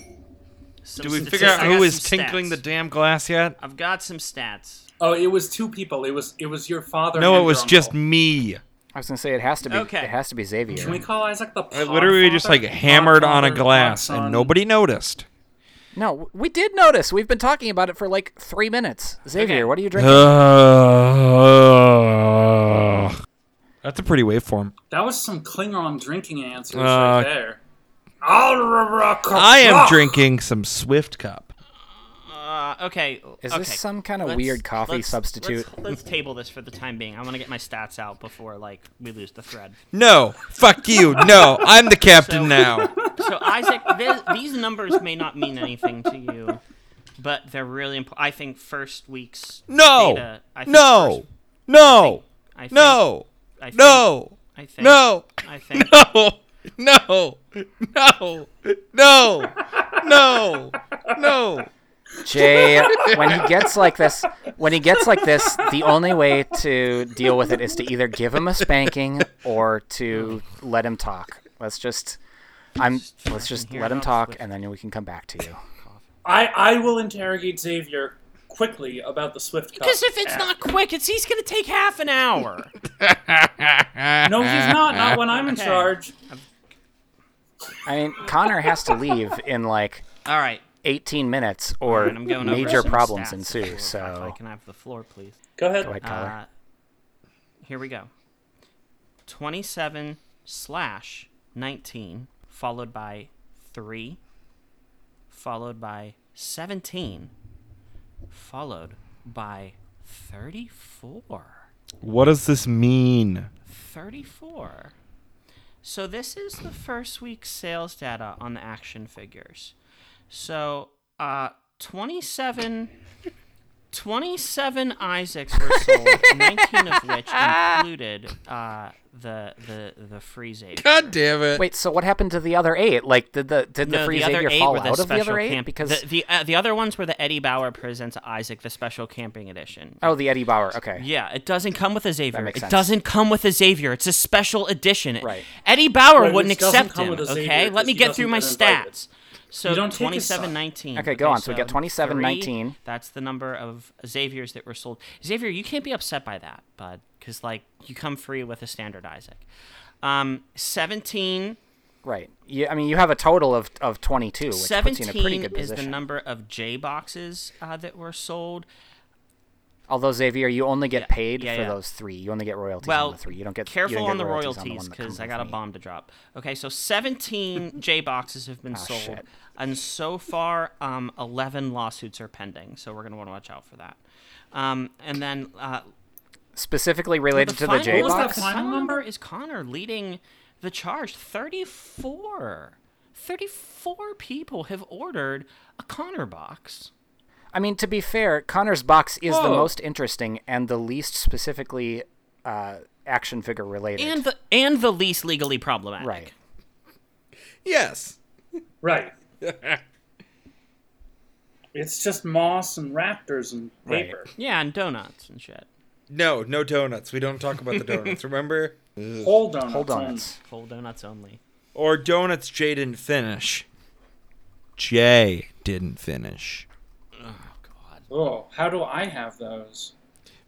some Do we statistics- figure out I got who is some tinkling stats. the damn glass yet? I've got some stats. Oh, it was two people. It was it was your father. No, and it your was uncle. just me. I was gonna say it has to be. Okay. It has to be Xavier. Can we call Isaac the? I literally just like hammered on a glass and nobody. nobody noticed. No, w- we did notice. We've been talking about it for like three minutes. Xavier, Okay. what are you drinking? That's a pretty waveform. That was some Klingon drinking answers Uh, right there. I I Ah! am drinking some Swift Cup. Uh, okay. Is okay. this some kind of Let's- weird coffee let's- substitute? Let's, let's table this for the time being. I want to get my stats out before like we lose the thread. No, fuck you. No, I'm the captain now. So Isaac, this, these numbers may not mean anything to you, but they're really important. I think first week's No, data. I think no, first- no, I think, no, I think, no, I think, no, I think. no, no, no, no, no, no. Jay, when he gets like this, when he gets like this, the only way to deal with it is to either give him a spanking or to let him talk. Let's just, I'm, let's just hear let him about talk, Swift. and then we can come back to you. I, I will interrogate Xavier quickly about the Swift Cup. Because if it's not quick, it's he's gonna take half an hour. no, he's not. Not when I'm in Okay. charge. I mean, Connor has to leave in like All right. 18 minutes, or And I'm going over major some problems stats ensue. before- if I So, can have the floor, please. Go ahead. go ahead, Connor. Uh, here we go. 27 slash 19, followed by 3, followed by 17, followed by 34. What does this mean? 34. So this is the first week's sales data on the action figures. So uh 27 27 Isaacs were sold, 19 of which included uh, the the the free Xavier. God damn it. Wait, so what happened to the other eight? Like, did the did the No, free the other Xavier eight fall were the out of the special other eight? camp- because the the, uh, the other ones were the Eddie Bauer presents Isaac the special camping edition. oh, the Eddie Bauer. Okay, Yeah, it doesn't come with a Xavier. makes It sense. doesn't come with a Xavier. It's a special edition. Right. Eddie Bauer Right, wouldn't which doesn't accept come him. with a Xavier Okay, let because me he get through my doesn't get invited. stats. So You don't take his side. 27 19. Okay, go on. So we got 27, three, 19. That's the number of Xaviers that were sold. Xavier, you can't be upset by that, bud, because like you come free with a standard Isaac. Um, 17 right. You, I mean, you have a total of of twenty two, which puts you in a pretty 17 good is the position. number of J boxes uh, that were sold. Although Xavier, you only get paid yeah, for yeah. those three. You only get royalties on Well, the three. You don't get you careful don't get on the royalties on royalties one that comes because I with got a me. bomb to drop. Okay, so 17 J boxes have been sold, Ah, shit. and so far, um, 11 lawsuits are pending. So we're gonna want to watch out for that. Um, and then uh, Specifically related to the final, J was that what box. was the final final number? number is Connor leading the charge. 34. 34 people have ordered a Connor box. I mean, to be fair, Connor's box is the Whoa. most interesting and the least specifically uh, action figure related. And the and the least legally problematic. right. Yes. Right. It's just moss and raptors and Right. paper. Yeah, and donuts and shit. No, no donuts. We don't talk about the donuts, remember? Whole donuts. Hold only. on. It's, Whole donuts only. Or donuts Jay didn't finish. Jay didn't finish. Oh, how do I have those?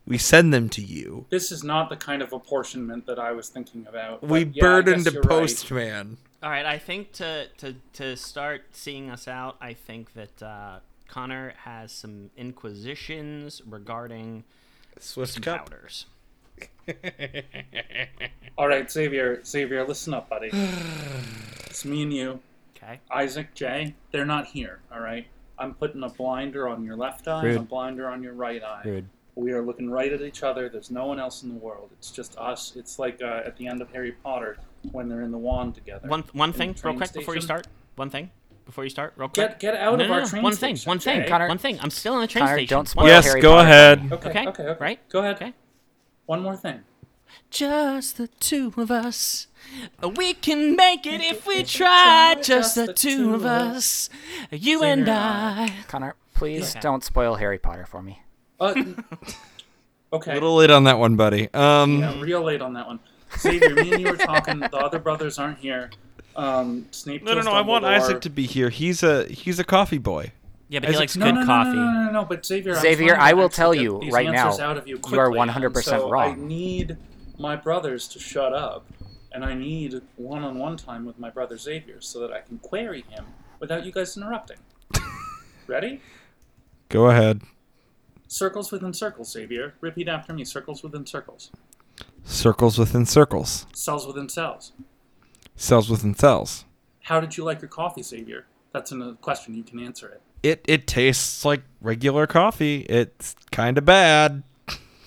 We send them to you. This is not the kind of apportionment that I was thinking about. but We yeah, I burdened guess the you're right. postman. All right, I think to to to start seeing us out, I think that uh, Connor has some inquisitions regarding Swiss cup. powders. All right, Xavier, Xavier, listen up, buddy. it's me and you, Okay. Isaac, Jay. They're not here. All right. I'm putting a blinder on your left eye and a Rude. blinder on your right eye. We are looking right at each other. There's no one else in the world. It's just us. It's like uh, at the end of Harry Potter when they're in the wand together. One one the thing, real train quick, before you station? start. One thing, before you start, real quick. Get get out no, of no, our no, train One thing, station. one thing, Jay. Connor- one thing. I'm still in the train Connor, station. don't One- spoil Yes, Harry go Potter. ahead. Okay, Okay. okay, okay. Right. Go ahead. Okay. One more thing. Just the two of us. Uh, We can make it if we try. Just the two of us. You and I. Connor, please Okay. don't spoil Harry Potter for me. Uh, okay. A little late on that one, buddy. Um, Yeah, real late on that one. Xavier, me and you were talking. The other brothers aren't here. Um, Snape. no, no, kills no. I want Dumbledore. Isaac to be here. He's a he's a coffee boy. Yeah, but As he a- likes No, good no, no, No, coffee. no, no, no, no, But Xavier, I'm Xavier, trying to I will actually tell get you these right answers now, out of you, you are quickly, and 100% so I wrong. need my brothers to shut up, and I need one-on-one time with my brother Xavier so that I can query him without you guys interrupting. Ready? Go ahead. Circles within circles, Xavier. Repeat after me. Circles within circles. Circles within circles. Cells within cells. Cells within cells. How did you like your coffee, Xavier? That's a question. You can answer it. It it tastes like regular coffee. It's kind of bad.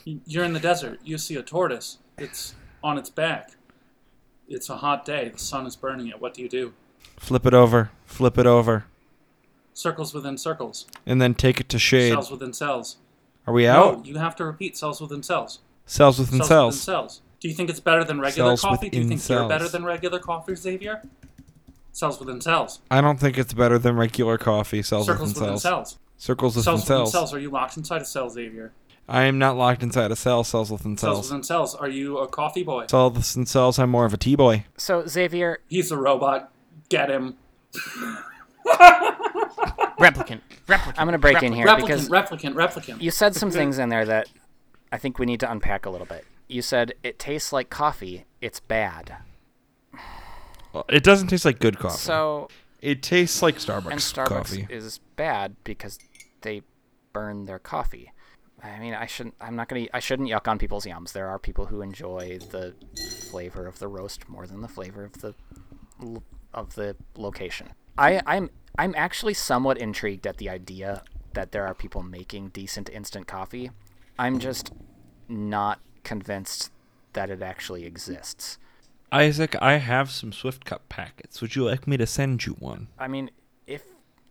You're in the desert. You see a tortoise. It's on its back. It's a hot day. The sun is burning it. What do you do? Flip it over. Flip it over. Circles within circles. And then take it to shade. Cells within cells. Are we out? No, you have to repeat cells within cells. Cells within Cells, cells. within cells. Do you think it's better than regular Cells coffee? Do you within think you're cells. better than regular coffee, Xavier? Cells within cells. I don't think it's better than regular coffee. Cells Circles within cells. cells. Circles within Cells within cells. cells. Are you locked inside a cell, Xavier? I am not locked inside a cell. Cells within Cells cells. within cells. Are you a coffee boy? Cells within cells. I'm more of a tea boy. So, Xavier, He's a robot. Get him. Replicant. Replicant. I'm going to break in here Replicant, because replicant, replicant. you said some things in there that I think we need to unpack a little bit. You said it tastes like coffee. It's bad. Uh, It doesn't taste like good coffee. So, It tastes like Starbucks, and Starbucks coffee. is bad because they burn their coffee. I mean, I shouldn't. I'm not gonna. I shouldn't yuck on people's yums. There are people who enjoy the flavor of the roast more than the flavor of the l- of the location. I, I'm I'm actually somewhat intrigued at the idea that there are people making decent instant coffee. I'm just not convinced that it actually exists. Isaac, I have some Swift Cup packets. Would you like me to send you one? I mean, if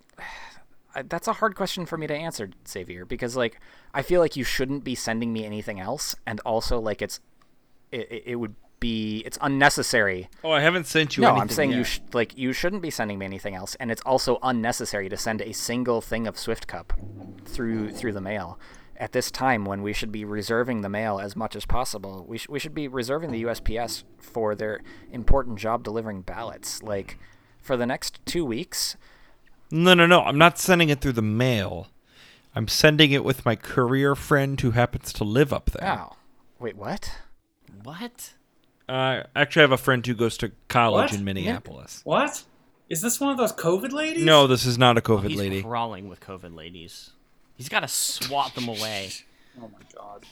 I- that's a hard question for me to answer, Xavier, because like I feel like you shouldn't be sending me anything else, and also like it's it, it- it would be it's unnecessary. Oh, I haven't sent you No, anything. I'm saying you yet. sh- like you shouldn't be sending me anything else, and it's also unnecessary to send a single thing of Swift Cup through through the mail. At this time, when we should be reserving the mail as much as possible, we, sh- we should be reserving the USPS for their important job delivering ballots. Like, for the next two weeks, No, no, no. I'm not sending it through the mail. I'm sending it with my courier friend who happens to live up there. Oh. Wait, what? What? Uh, actually, I have a friend who goes to college What? in Minneapolis. What? Is this one of those COVID ladies? No, this is not a COVID He's lady. crawling with COVID ladies. He's got to swat them away. Oh my god.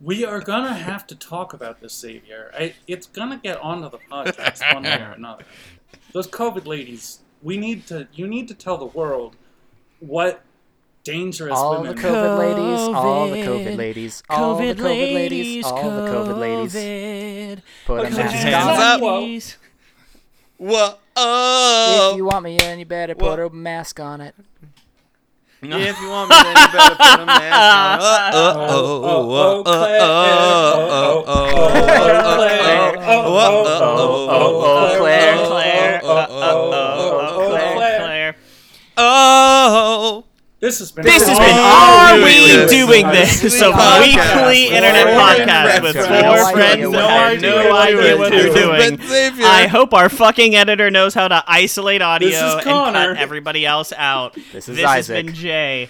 We are gonna have to talk about this, Xavier. I, it's gonna get onto the podcast one way or another. Those COVID ladies, we need to. You need to tell the world what dangerous All the women. COVID ladies, all the COVID COVID, ladies, all the COVID ladies, all the COVID ladies. ladies. Put 'em Okay, back. hands Stop. up. Whoa! If If you you, want me in, you better put a mask on it. want me, then you better put a mask on. Uh, uh, oh, oh, oh, oh, oh, oh, oh, Claire. oh, Oh, oh, oh, oh, Oh, oh, Claire, oh, Claire. oh, Uh, oh, Oh, oh, Claire, Claire. Claire. oh. This has been. This has been Are Are We We Doing Doing This? This? This A podcast weekly with internet four podcast friends with who have four no friends idea who what have they're no doing. idea what they're doing. But Xavier- I hope our fucking editor knows how to isolate is audio and Connor. cut everybody else out. This is has Isaac. been Jay.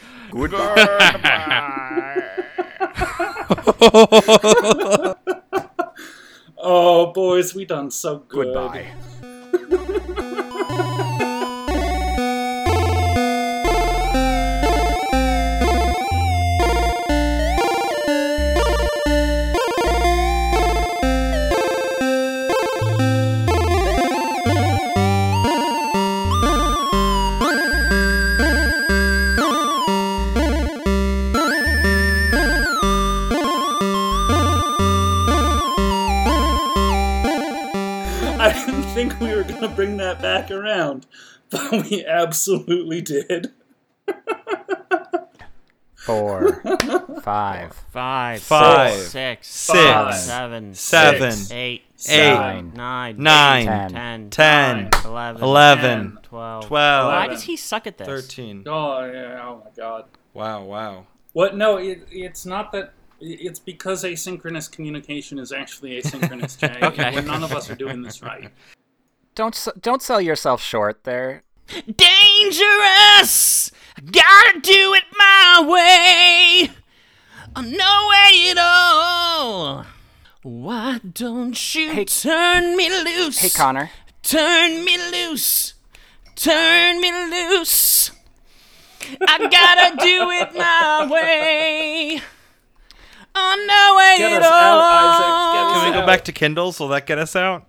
Oh, boys, we done so good. Goodbye. I didn't think we were gonna bring that back around, but we absolutely did. Four, five, Five, Five, six, six, seven, Seven, Six. eight, eight, seven, nine, nine, ten, ten, ten, nine, eleven, eleven, twelve, twelve, Why does he suck at this? 13. Oh, yeah, oh my god. Wow, wow. What? No, it, it's not that. It's because asynchronous communication is actually asynchronous, Jay. Okay. and None of us are doing this right. Don't s- don't sell yourself short there. dangerous. I gotta do it my way. I'm no way at all. Why don't you Hey- turn me loose? Hey Connor, Turn me loose. Turn me loose. I gotta do it my way. Oh, I'm no way Get at us out, all. Isaac. Get us Can we out. go back to Kindles? Will that get us out?